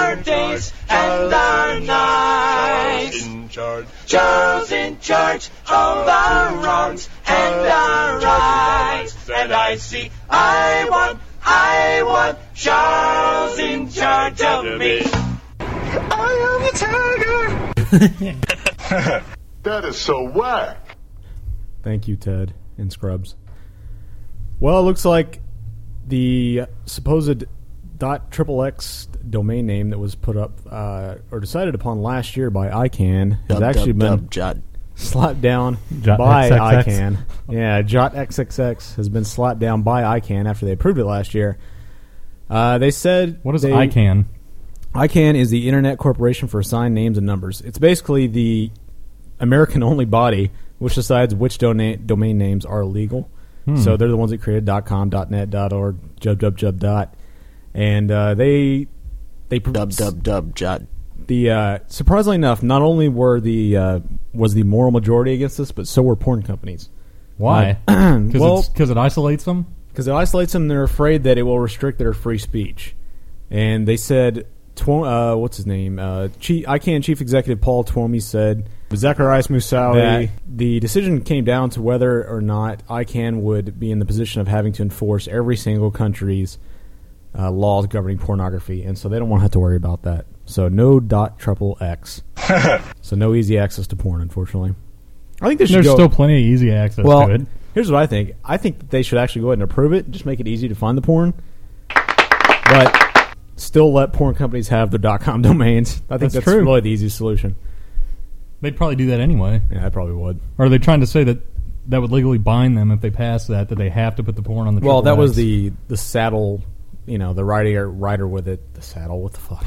S10: and are nice. In charge. Charles in charge of our wrongs and our rights. And I see, I want, I want Charles in charge of me. I am a tiger.
S8: That is so whack.
S4: Thank you, Ted and Scrubs. Well, it looks like the supposed dot triple X domain name that was put up uh, or decided upon last year by ICANN has
S11: Dub,
S4: actually
S11: dub,
S4: been
S11: dub, jot.
S4: slapped down
S11: Jot
S4: by
S11: XXX.
S4: ICANN. Yeah, Jot XXX has been slapped down by ICANN after they approved it last year. Uh, they said what
S7: is ICANN?
S4: ICANN is the Internet Corporation for Assigned Names and Numbers. It's basically the American-only body which decides which dona- domain names are legal.
S7: Hmm.
S4: So they're the ones that created .com, .net, .org, jubjubjub dot, and uh, they they dub dub
S11: dub jot.
S4: The uh, surprisingly enough, not only were the uh, was the moral majority against this, but so were porn companies.
S7: Why? <clears throat>
S4: Uh, <clears throat>
S7: 'Cause
S4: well,
S7: it's-
S4: because it isolates them. Because it isolates them, they're afraid that it will restrict their free speech. And they said, tw- uh, what's his name? Uh, Chief, ICANN Chief Executive Paul Twomey said, Zacharias Moussaoui,
S7: That-
S4: the decision came down to whether or not ICANN would be in the position of having to enforce every single country's uh, laws governing pornography. And so they don't want to have to worry about that. So no dot triple X. so no easy access to porn, unfortunately. I think they should
S7: There's
S4: go-
S7: still plenty of easy access
S4: well,
S7: to it.
S4: Here's what I think. I think that they should actually go ahead and approve it, just make it easy to find the porn. But still let porn companies have their .com <laughs> domains. I think
S7: That's
S4: that's,
S7: true.
S4: really the easiest solution.
S7: They'd probably do that anyway.
S4: Yeah, I probably would.
S7: Or are they trying to say that that would legally bind them if they pass that that they have to put the porn on the?
S4: well, that
S7: triple
S4: was
S7: X?
S4: the the saddle, you know, the rider rider with it, the saddle. What the fuck?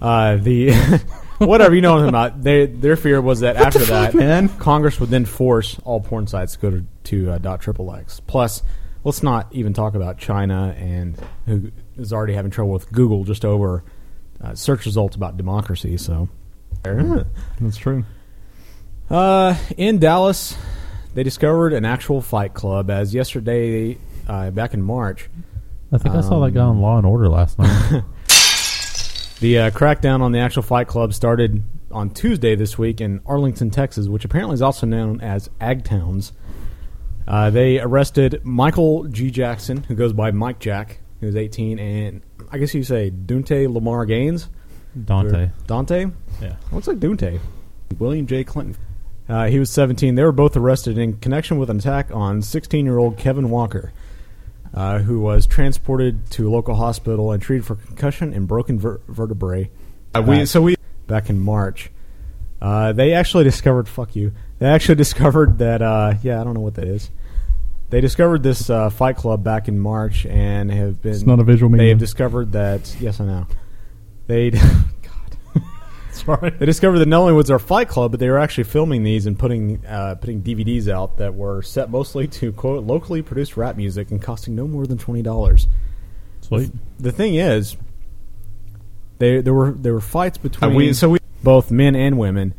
S4: Uh, the <laughs> whatever you know what I'm about. They, their fear was that
S7: <laughs> What
S4: after
S7: the fuck,
S4: that, Congress would then force all porn sites to go to, to uh, dot triple X. Plus, let's not even talk about China and who is already having trouble with Google just over uh, search results about democracy. So
S7: That's true.
S4: uh, in Dallas, they discovered an actual fight club as yesterday, uh, back in March.
S5: I think I saw that
S4: um,
S5: guy on Law and Order last night.
S4: The uh, crackdown on the actual fight club started on Tuesday this week in Arlington, Texas, which apparently is also known as Agtowns. Uh, they arrested Michael G. Jackson, who goes by Mike Jack, who's 18, and I guess you say Dunte Lamar Gaines.
S5: Dante.
S4: Or Dante?
S5: Yeah.
S4: Looks like Dunte. William J. Clinton. Uh, he was 17. They were both arrested in connection with an attack on 16 year old Kevin Walker, uh, who was transported to a local hospital and treated for concussion and broken ver- vertebrae.
S1: Uh, we- so
S4: we back in March. Uh, they actually discovered. Fuck you. They actually <laughs> discovered that. Uh, yeah, I don't know what that is. They discovered this uh, Fight Club back in March and have been.
S7: It's not a visual
S4: They
S7: medium.
S4: have discovered that. Yes, I know. They. <laughs> God.
S7: <laughs> Sorry.
S4: They discovered that not only was there a Fight Club, but they were actually filming these and putting uh, putting DVDs out that were set mostly to quote locally produced rap music and costing no more than twenty dollars.
S5: Sweet.
S4: The thing is, they there were there were fights between
S1: we- so we-
S4: both men and women,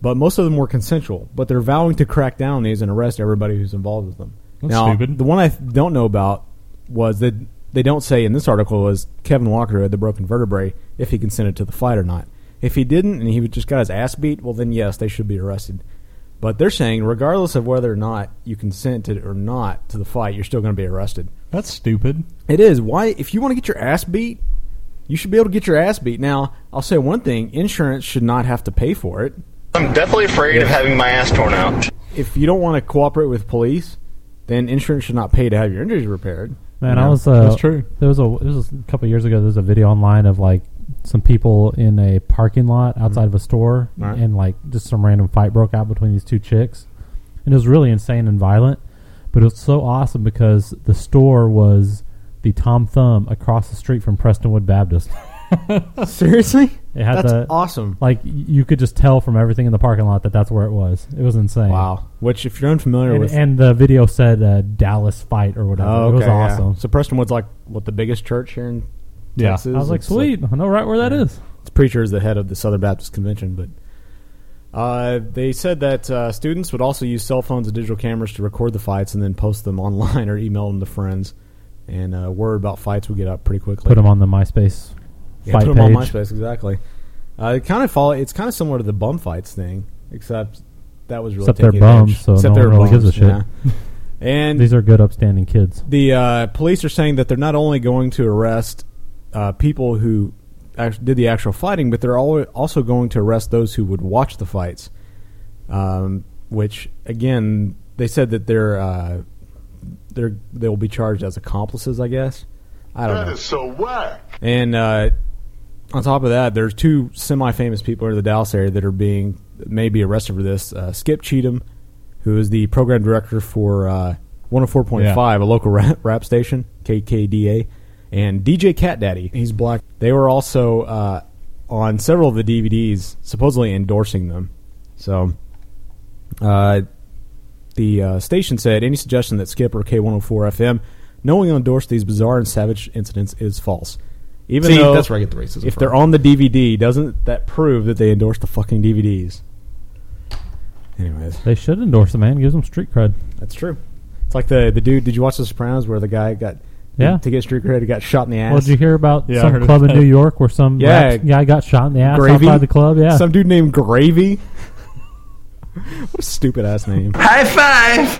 S4: but most of them were consensual. But they're vowing to crack down on these and arrest everybody who's involved with them.
S7: That's
S4: now,
S7: stupid.
S4: the one I th- don't know about was that they don't say in this article was Kevin Walker had the broken vertebrae if he consented to the fight or not. If he didn't and he would- just got his ass beat, well then yes, they should be arrested. But they're saying regardless of whether or not you consented or not to the fight, you're still going to be arrested.
S7: That's stupid.
S4: It is. Why? If you want to get your ass beat, you should be able to get your ass beat. Now, I'll say one thing: insurance should not have to pay for it.
S13: I'm definitely afraid of having my ass torn out.
S4: If you don't want to cooperate with police, then insurance should not pay to have your injuries repaired.
S5: Man,
S4: You
S5: I
S4: know?
S5: was. Uh, <laughs> There was a. It was a couple years ago. There was a video online of like some people in a parking lot outside of a store,
S4: Right.
S5: and like just some random fight broke out between these two chicks, and it was really insane and violent. But it was so awesome because the store was the Tom Thumb across the street from Prestonwood Baptist. <laughs>
S4: Seriously?
S5: It had
S4: That's
S5: the-
S4: awesome.
S5: Like y- you could just tell from everything in the parking lot that that's where it was. It was insane.
S4: Wow. Which, if you're unfamiliar
S5: And,
S4: with,
S5: and the video said uh, Dallas fight or whatever.
S4: oh,
S5: it was
S4: okay, yeah.
S5: awesome.
S4: So Prestonwood's like what the biggest church here in
S5: Yeah.
S4: Texas.
S5: I was like,
S4: It's
S5: sweet. I know right where that is.
S4: This preacher is the head of the Southern Baptist Convention, but uh, they said that uh, students would also use cell phones and digital cameras to record the fights and then post them <laughs> online or email them to friends. And uh, word about fights would get out pretty quickly.
S5: Put them on the MySpace
S4: yeah,
S5: fight
S4: put
S5: page.
S4: them on MySpace exactly. Uh, it kind of follow. It's kind of similar to the bum fights thing, except that was really
S5: Except they're
S4: taking an
S5: bums,
S4: edge.
S5: so
S4: except
S5: no
S4: they're
S5: one really gives a
S4: bums,
S5: shit.
S4: yeah. And
S5: These are good, upstanding kids.
S4: The uh, police are saying that they're not only going to arrest uh, people who act- did the actual fighting, but they're al- also going to arrest those who would watch the fights. Um, which, again, they said that they're uh, they're they will be charged as accomplices. I guess I don't
S11: That
S4: know.
S11: is so whack.
S4: And uh, on top of that, there's two semi-famous people in the Dallas area that are being maybe arrested for this. Uh, Skip Cheatham, who is the program director for uh, 104.5, a local <laughs> rap, rap station, KKDA, and DJ Cat Daddy. He's black. They were also uh, on several of the DVDs, supposedly endorsing them. So. Uh, the uh, station said any suggestion that Skip or K104 FM knowingly endorsed these bizarre and savage incidents is false. Even
S1: See,
S4: though
S1: that's where I get the racism
S4: If
S1: from.
S4: they're on the DVD, doesn't that prove that they endorsed the fucking DVDs? Anyways,
S5: they should endorse the man. Gives them street cred.
S4: That's true. It's like the the dude. Did you watch The Sopranos where the guy got
S5: Yeah.
S4: to get street cred? He got shot in the ass.
S5: Well, did you hear about some club in New York where some
S4: Yeah.
S5: rap guy got shot in the ass
S4: Gravy?
S5: outside the club? Yeah,
S4: Some dude named Gravy. <laughs> what a stupid ass name.
S6: High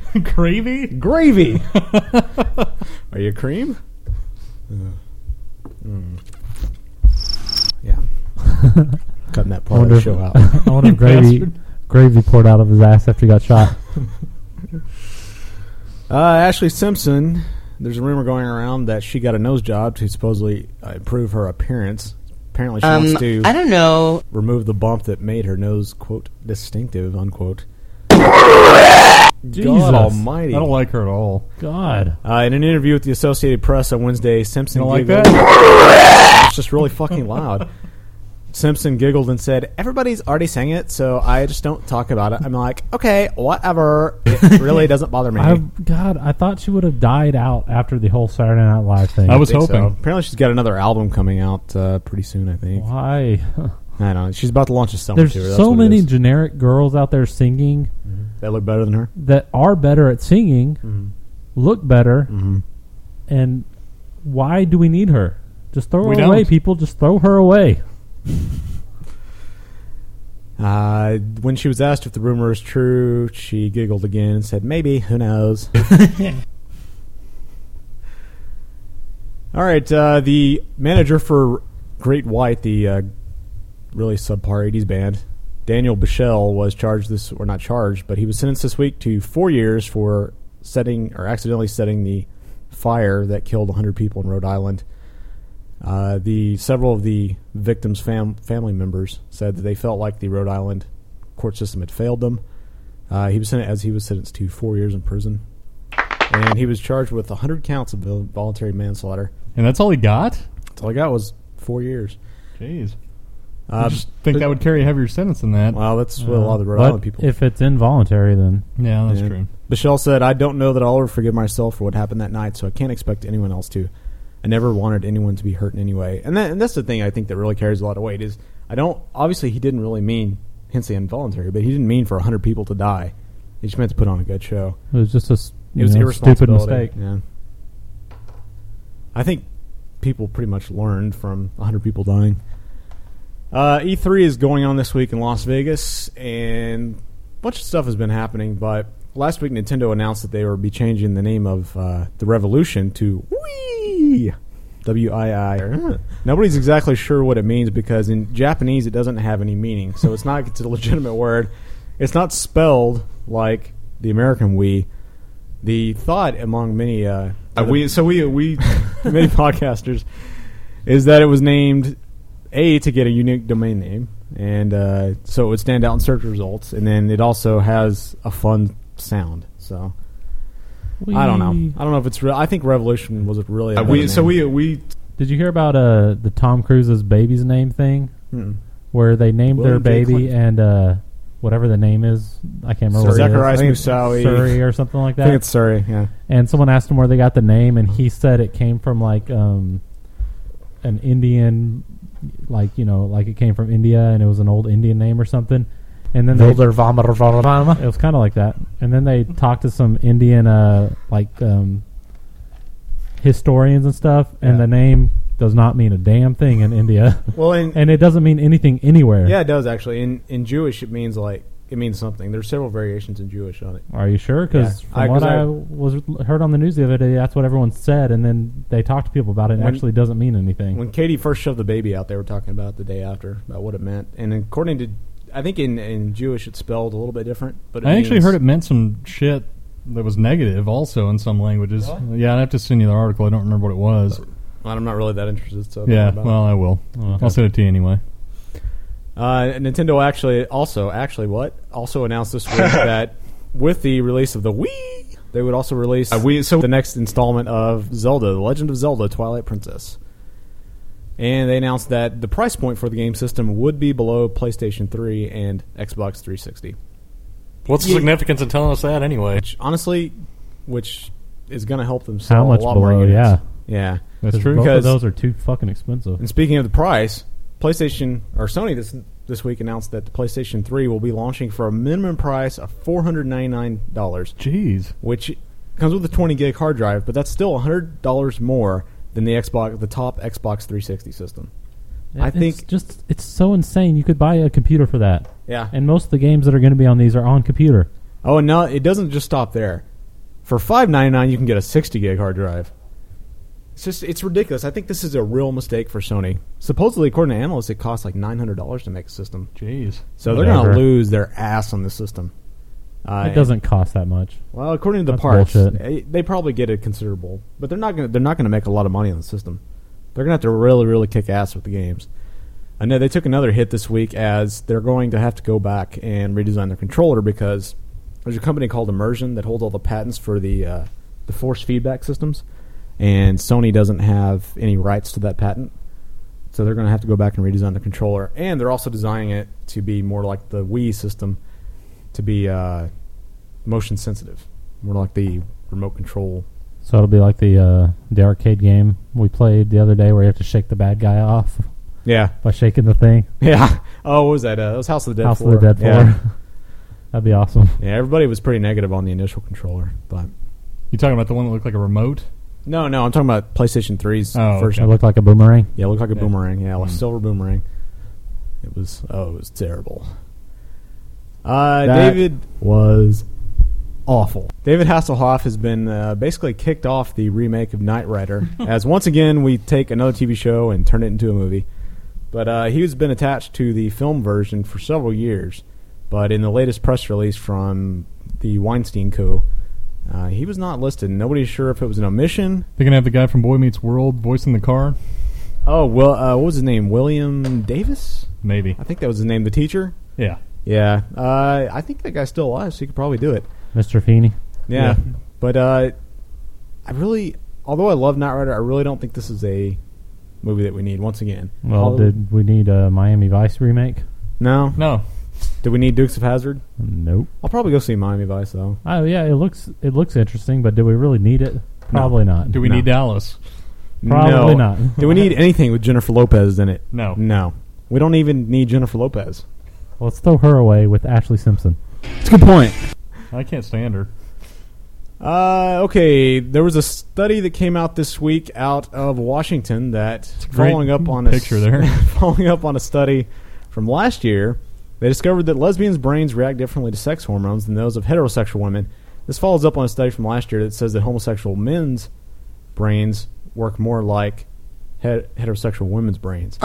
S6: five.
S7: <laughs> Gravy?
S4: Gravy. <laughs> Are you
S5: <laughs>
S4: cream? Hmm. Yeah. Cutting that
S5: I
S4: part of
S5: wonder,
S4: the
S5: if,
S4: show out.
S5: I
S4: <laughs>
S5: wonder if gravy gravy poured out of his ass after he got shot.
S4: Uh, Ashley Simpson, there's a rumor going around that she got a nose job to supposedly uh, improve her appearance. Apparently, she
S6: Um,
S4: wants to.
S6: I don't know.
S4: Remove the bump that made her nose "quote distinctive." Unquote.
S7: Jesus.
S4: God Almighty!
S7: I don't like her at all.
S5: God.
S4: Uh, in an interview with the Associated Press on Wednesday, Simpson
S7: You don't like
S4: giggled.
S7: that?
S4: it's just really fucking
S7: <laughs>
S4: loud. Simpson giggled and said, "Everybody's already saying it, so I just don't talk about it." I'm like, "Okay, whatever. It really doesn't bother
S7: <laughs>
S4: me."
S5: I, God, I thought she would have died out after the whole Saturday Night Live thing.
S4: think so. Apparently, she's got another album coming out uh, pretty soon. I think.
S5: Why?
S4: I don't know. She's about to launch a summer
S5: There's
S4: tour. That's
S5: so
S4: what it
S5: many
S4: is.
S5: generic girls out there singing
S4: that look better than her,
S5: that are better at singing,
S4: Mm-hmm.
S5: look better, and why do we need her? Just throw
S4: We
S5: her away,
S4: don't.
S5: people. Just throw her away.
S4: Uh, when she was asked if the rumor is true, she giggled again and said, "Maybe. Who knows?" All right. Uh, the manager for Great White, the uh, really subpar '80s band, Daniel Bichelle, was charged this, or not charged, but he was sentenced this week to four years for setting or accidentally setting the fire that killed 100 people in Rhode Island. Uh, the several of the victims' fam- family members said that they felt like the Rhode Island court system had failed them. Uh, he was sentenced as he was sentenced to four years in prison, and he was charged with 100 counts of vol- voluntary manslaughter.
S7: And that's all he got?
S4: That's all I got was four years.
S7: Jeez.
S4: Uh,
S7: I just think that would carry a heavier sentence than that.
S4: Well, that's what a lot of the Rhode
S5: But
S4: Island people.
S5: If it's involuntary, then
S7: Yeah, that's
S4: Yeah.
S7: true.
S4: Michelle said, "I don't know that I'll ever forgive myself for what happened that night, so I can't expect anyone else to. I never wanted anyone to be hurt in any way, and, that, and that's the thing I think that really carries a lot of weight is I don't. Obviously, he didn't really mean, hence the involuntary, but he didn't mean for hundred people to die. He just meant to put on a good show.
S5: it was just a s-
S4: It
S5: you
S4: was
S5: know, stupid
S4: irresponsibility.
S5: mistake.
S4: Yeah. I think people pretty much learned from 100 people dying. Uh, E3 is going on this week in Las Vegas, and a bunch of stuff has been happening. But last week, Nintendo announced that they would be changing the name of uh, the Revolution to Wii. W I
S5: <laughs>
S4: I. Nobody's exactly sure what it means because in Japanese it doesn't have any meaning, so it's not it's a legitimate word. It's not spelled like the American we. The thought among many uh,
S1: Uh, we-
S4: so we we <laughs> many podcasters is that it was named a to get a unique domain name, and uh, so it would stand out in search results, and then it also has a fun sound. So I don't know. I don't know if it's real. I think Revolution was really.
S1: Uh,
S4: a
S1: we-
S4: better
S1: so
S4: name.
S1: we- we
S5: Did you hear about uh, the Tom Cruise's baby's name thing?
S4: Mm-mm.
S5: Where they named
S4: William J.
S5: their baby
S4: Clinton.
S5: and uh, whatever the name is, I can't remember.
S4: Surrey.
S5: what it is. I think it's
S4: Zacharias Moussaoui.
S5: Surrey or something like that.
S4: I think it's Surrey, yeah.
S5: And someone asked him where they got the name, and he said it came from like um, an Indian, like you know, like it came from India, and it was an old Indian name or something. And then they, it was kind of like that. And then they talked to some Indian, uh, like um, historians and stuff, and the name does not mean a damn thing in India.
S4: Well, and-
S5: it doesn't mean anything anywhere.
S4: Yeah, it does actually. In in Jewish, it means like it means something. There's several variations in Jewish on it.
S5: Are you sure? Because
S4: Yeah.
S5: from
S4: I- 'cause
S5: what I,
S4: I-
S5: was heard on the news the other day, that's what everyone said, and then they talked to people about it. and It
S4: When-
S5: actually doesn't mean anything.
S4: When Katie first shoved the baby out, they were talking about it the day after about what it meant. And according to, I think in, in Jewish it's spelled a little bit different. But it
S7: I actually
S4: means-
S7: heard it meant some shit that was negative also in some languages. Yeah, I'd have to send you the article. I don't remember what it was.
S4: Well, I'm not really that interested. So I don't know
S7: yeah,
S4: about it.
S7: well, I will. I'll send it to you anyway.
S4: Uh, Nintendo actually also actually what also announced this week that with the release of the Wii, they would also release so the next installment of Zelda: The Legend of Zelda: Twilight Princess. And they announced that the price point for the game system would be below PlayStation 3 and Xbox 360.
S11: What's the
S4: Yeah.
S11: significance in telling us that anyway?
S4: Which, honestly, which is going to help them sell
S5: much
S4: a lot more
S5: below,
S4: units.
S5: yeah.
S4: yeah,
S5: That's true. Both of those are too fucking expensive.
S4: And speaking of the price, PlayStation or Sony this this week announced that the PlayStation 3 will be launching for a minimum price of four hundred ninety nine dollars.
S7: Jeez,
S4: which comes with a twenty gig hard drive, but that's still hundred dollars more than the Xbox, the top Xbox 360 system. I
S5: It's
S4: think
S5: just it's so insane. You could buy a computer for that.
S4: Yeah.
S5: And most of the games that are going to be on these are on computer.
S4: Oh, and now it doesn't just stop there. For five ninety nine, you can get a sixty gig hard drive. It's just it's ridiculous. I think this is a real mistake for Sony. Supposedly, according to analysts, it costs like nine hundred dollars to make a system.
S7: Jeez.
S4: So they're going to
S5: Whatever.
S4: lose their ass on this system. Uh,
S5: it doesn't cost that much.
S4: Well, according to the
S5: That's
S4: parts,
S5: bullshit.
S4: they, they probably get a considerable, but they're not going. to They're not going to make a lot of money on the system. They're going to have to really, really kick ass with the games. I know they took another hit this week as they're going to have to go back and redesign their controller because there's a company called Immersion that holds all the patents for the uh, the force feedback systems, and Sony doesn't have any rights to that patent. So they're going to have to go back and redesign the controller, and they're also designing it to be more like the Wii system, to be uh, motion sensitive, more like the remote control.
S5: So it'll be like the uh, the arcade game we played the other day where you have to shake the bad guy off.
S4: Yeah.
S5: By shaking the thing.
S4: <laughs> Yeah. Oh, what was that? Uh, it was House of the Dead.
S5: House
S4: 4.
S5: of the Dead
S4: Yeah.
S5: 4. <laughs> That'd be awesome.
S4: yeah, everybody was pretty negative on the initial controller, but
S7: You talking about the one that looked like a remote?
S4: no, no, I'm talking about PlayStation 3's
S7: Oh,
S4: first.
S5: It looked like a boomerang.
S4: Yeah, it looked like a
S5: Yeah.
S4: boomerang. Yeah, like
S5: Mm.
S4: silver boomerang. It was oh, it was terrible. Uh,
S5: That
S4: David was awful. David Hasselhoff has been uh, basically kicked off the remake of Knight Rider, as once again we take another TV show and turn it into a movie. But uh, he's been attached to the film version for several years. But in the latest press release from the Weinstein Co., uh, he was not listed. Nobody's sure if it was an omission.
S7: They're gonna have the guy from Boy Meets World voicing the car.
S4: Oh well, uh, what was his name? William Davis?
S7: Maybe.
S4: I think that was his name. The teacher.
S7: Yeah.
S4: Yeah. Uh, I think that guy's still alive, so he could probably do it.
S5: Mr. Feeney.
S4: Yeah. But uh, I really, although I love Knight Rider, I really don't think this is a movie that we need. Once again,
S5: Well,
S7: Oh.
S4: Although-
S5: did we need a Miami Vice remake?
S4: no,
S7: no.
S4: Do we need Dukes of Hazard?
S5: Nope.
S4: I'll probably go see Miami Vice though.
S5: Oh yeah, it looks it looks interesting, but do we really need it? Probably not.
S7: Do we need Dallas?
S5: Probably
S4: No.
S5: not.
S4: do we need anything with Jennifer Lopez in it?
S7: No.
S4: No. We don't even need Jennifer Lopez.
S5: Well, let's throw her away with Ashley Simpson.
S4: It's a good point.
S7: I can't stand her.
S4: Uh, okay, there was a study that came out this week out of Washington that
S7: great
S4: following up on
S7: picture
S4: a,
S7: there.
S4: <laughs> following up on a study from last year, they discovered that lesbians' brains react differently to sex hormones than those of heterosexual women. This follows up on a study from last year that says that homosexual men's brains work more like het- heterosexual women's brains.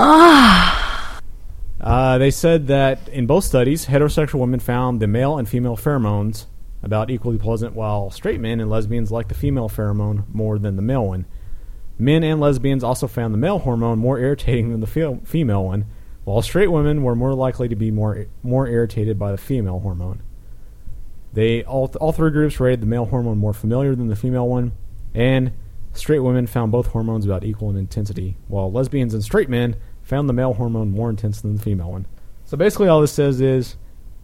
S4: Uh, they said that in both studies, heterosexual women found the male and female pheromones about equally pleasant, while straight men and lesbians liked the female pheromone more than the male one. Men and lesbians also found the male hormone more irritating than the fe- female one, while straight women were more likely to be more more irritated by the female hormone. They all all three groups rated the male hormone more familiar than the female one, and straight women found both hormones about equal in intensity, while lesbians and straight men found the male hormone more intense than the female one. So basically, all this says is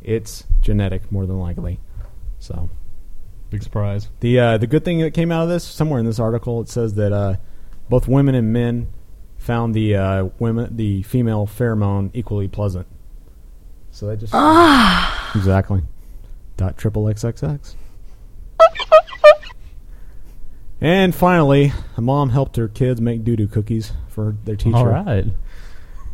S4: it's genetic, more than likely. So
S7: Big surprise.
S4: the uh, the good thing that came out of this somewhere in this article it says that uh, both women and men found the uh, women the female pheromone equally pleasant. So that just exactly dot triple xxx. And finally, a mom helped her kids make doo doo cookies for their teacher.
S5: All right.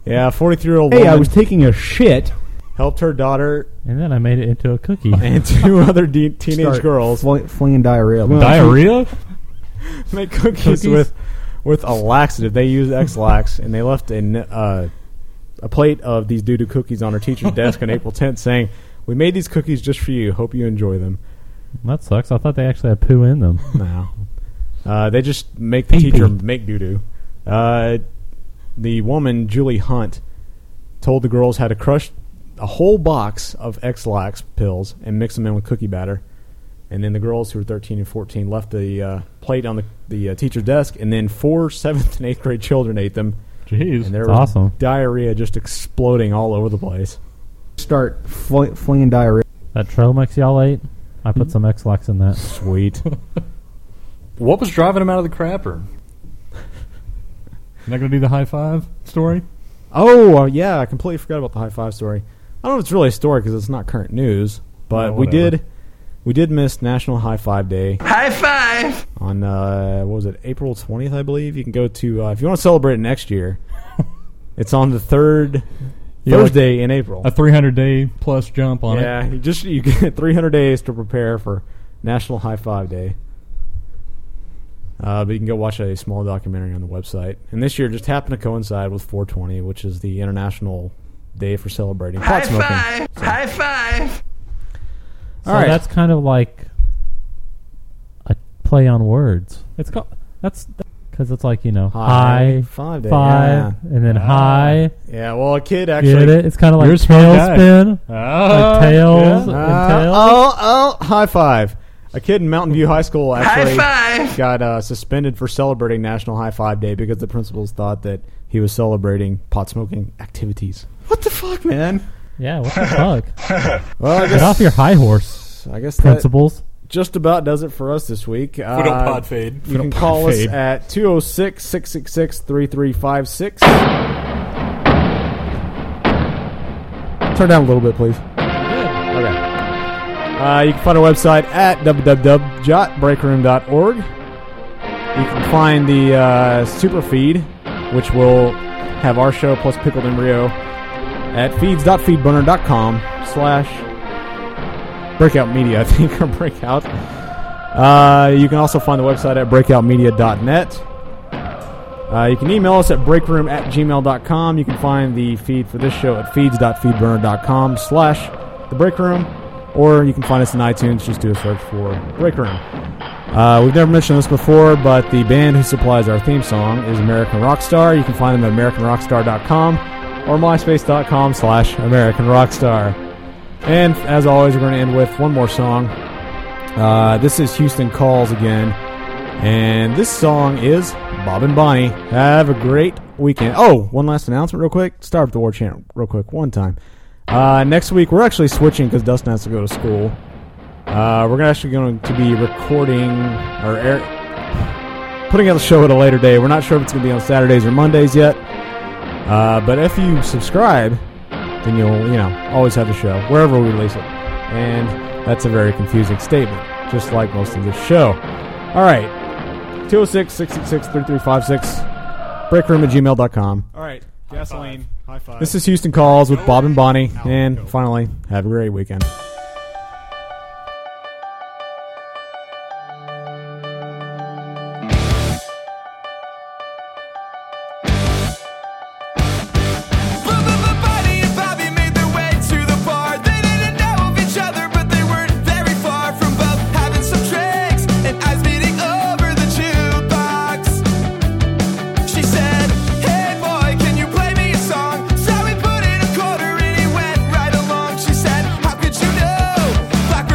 S4: Yeah, 43 year old
S5: Hey, I
S4: woman.
S5: was
S4: taking a shit. Helped her daughter
S5: And then I made it into a cookie.
S4: and <laughs> two other de- teenage girls
S14: flinging diarrhea.
S7: <laughs> Diarrhea?
S4: <laughs> make cookies,
S14: Cookies?
S4: with with a laxative. They used X lax, and they left a n- uh, a plate of these doo doo cookies on her teacher's desk on April 10th, saying, "We made these cookies just for you. Hope you enjoy them."
S5: That sucks. I thought they actually had poo in them.
S4: No. Uh, they just make the
S5: Pee-pee.
S4: teacher make doo doo. Uh, the woman, Julie Hunt, told the girls how to crush a whole box of X Lax pills and mix them in with cookie batter. And then the girls, who were 13 and 14, left the uh, plate on the, the uh, teacher's desk, and then four <laughs> seventh and eighth grade children ate them. And
S7: Jeez.
S4: there
S5: That's
S4: was
S5: awesome.
S4: diarrhea just exploding all over the place.
S11: <laughs>
S14: Start fl- flinging diarrhea.
S5: That trail mix y'all ate, I
S7: Hmm?
S5: put some X-Lax in that.
S4: Sweet.
S11: What was driving him out of the crapper?
S7: Not gonna do the high five story.
S4: Oh uh, yeah, I completely forgot about the high five story. I don't know if it's really a story because it's not current news, but
S7: No,
S4: we
S7: whatever.
S4: did we did miss National High Five Day. High five on uh, what was it April twentieth, I believe. You can go to uh, if you want to celebrate it next year. it's on the third
S7: Yeah, like
S4: Thursday in April.
S7: A 300 day plus jump on
S4: yeah,
S7: it.
S4: you just you get <laughs> three hundred days to prepare for National High Five Day. Uh, but you can go watch a small documentary on the website. And this year just happened to coincide with 420, which is the international day for celebrating pot smoking.
S6: High five!
S5: So
S4: All right.
S5: that's kind of like a play on words. It's called that's because it's like you know
S4: High
S5: high,
S4: five day,
S5: five,
S4: yeah.
S5: and then
S4: Ah.
S5: high.
S4: Yeah, well, a kid
S5: Get
S4: actually.
S5: it? It's kind of like
S7: You're a smart guy.
S5: tailspin,
S4: <laughs>
S7: Ah,
S5: like tails
S4: Uh,
S5: and tails.
S4: oh, oh, high five. A kid in Mountain View High School actually
S6: High five.
S4: got uh, suspended for celebrating National High Five Day because the principals thought that he was celebrating pot smoking activities. What the fuck, man?
S5: Yeah, what the fuck?
S4: Well, I
S5: Get
S4: guess,
S5: off your high horse.
S4: I guess that-
S5: principles.
S4: just about does it for us this week. We
S11: don't pod fade. We
S4: You
S11: don't
S4: can
S11: pod
S4: call us
S11: fade.
S4: at 206 666 3356. Turn down a little bit, please. Okay. Uh, you can find our website at www.breakroom.org. You can find the uh, super feed, which will have our show plus Pickled Embryo at feeds.feedburner.com slash Breakout Media, I think, or Breakout. Uh, you can also find the website at breakoutmedia.net. Uh, you can email us at breakroom at gmail.com. You can find the feed for this show at feeds.feedburner.com slash the break room, or you can find us in iTunes. Just do a search for break room. Uh, we've never mentioned this before, but the band who supplies our theme song is American Rockstar. You can find them at americanrockstar.com or myspace.com slash American Rockstar. And as always, we're going to end with one more song. Uh, this is Houston Calls again. And this song is Bob and Bonnie. Have a great weekend. Oh, one last announcement, real quick. Start with the war chant, real quick, one time. Uh, next week, we're actually switching because Dustin has to go to school. Uh, we're gonna- actually going to be recording or air, putting out the show at a later day. We're not sure if it's going to be on Saturdays or Mondays yet. Uh, but if you subscribe, then you'll you know always have the show wherever we release it. And that's a very confusing statement, just like most of this show. All right, 206 666 3356, breakroom at gmail.com. All right, gasoline. High five.
S3: This
S4: This is Houston Calls with Bob and Bonnie. And finally, have a great weekend.
S10: Bonnie and Bobby made their way to the bar. They didn't know of each other, but they weren't very far from both having some tricks and eyes meeting over the jukebox. She said, Hey boy, can you play me a song? So he put in a quarter and he went right along. She said, How could you know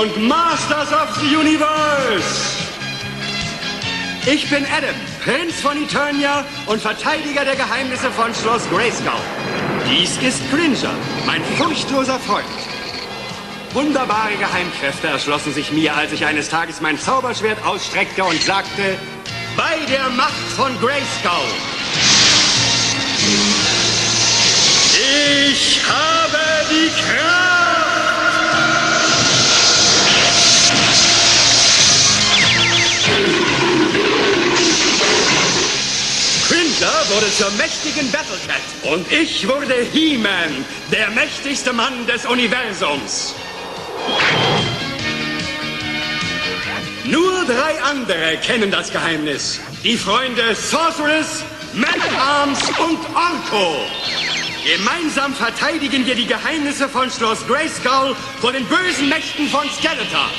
S8: und Masters of the Universe. Ich bin Adam, Prinz von Eternia und Verteidiger der Geheimnisse von Schloss Grayskull. Dies ist Cringer, mein furchtloser Freund. Wunderbare Geheimkräfte erschlossen sich mir, als ich eines Tages mein Zauberschwert ausstreckte und sagte, bei der Macht von Grayskull. Ich habe die Kraft! Cringer wurde zur mächtigen Battlecat und ich wurde He-Man, der mächtigste Mann des Universums. Nur drei andere kennen das Geheimnis. Die Freunde Sorceress, Man-Arms und Orko. Gemeinsam verteidigen wir die Geheimnisse von Schloss Grayskull vor den bösen Mächten von Skeletor.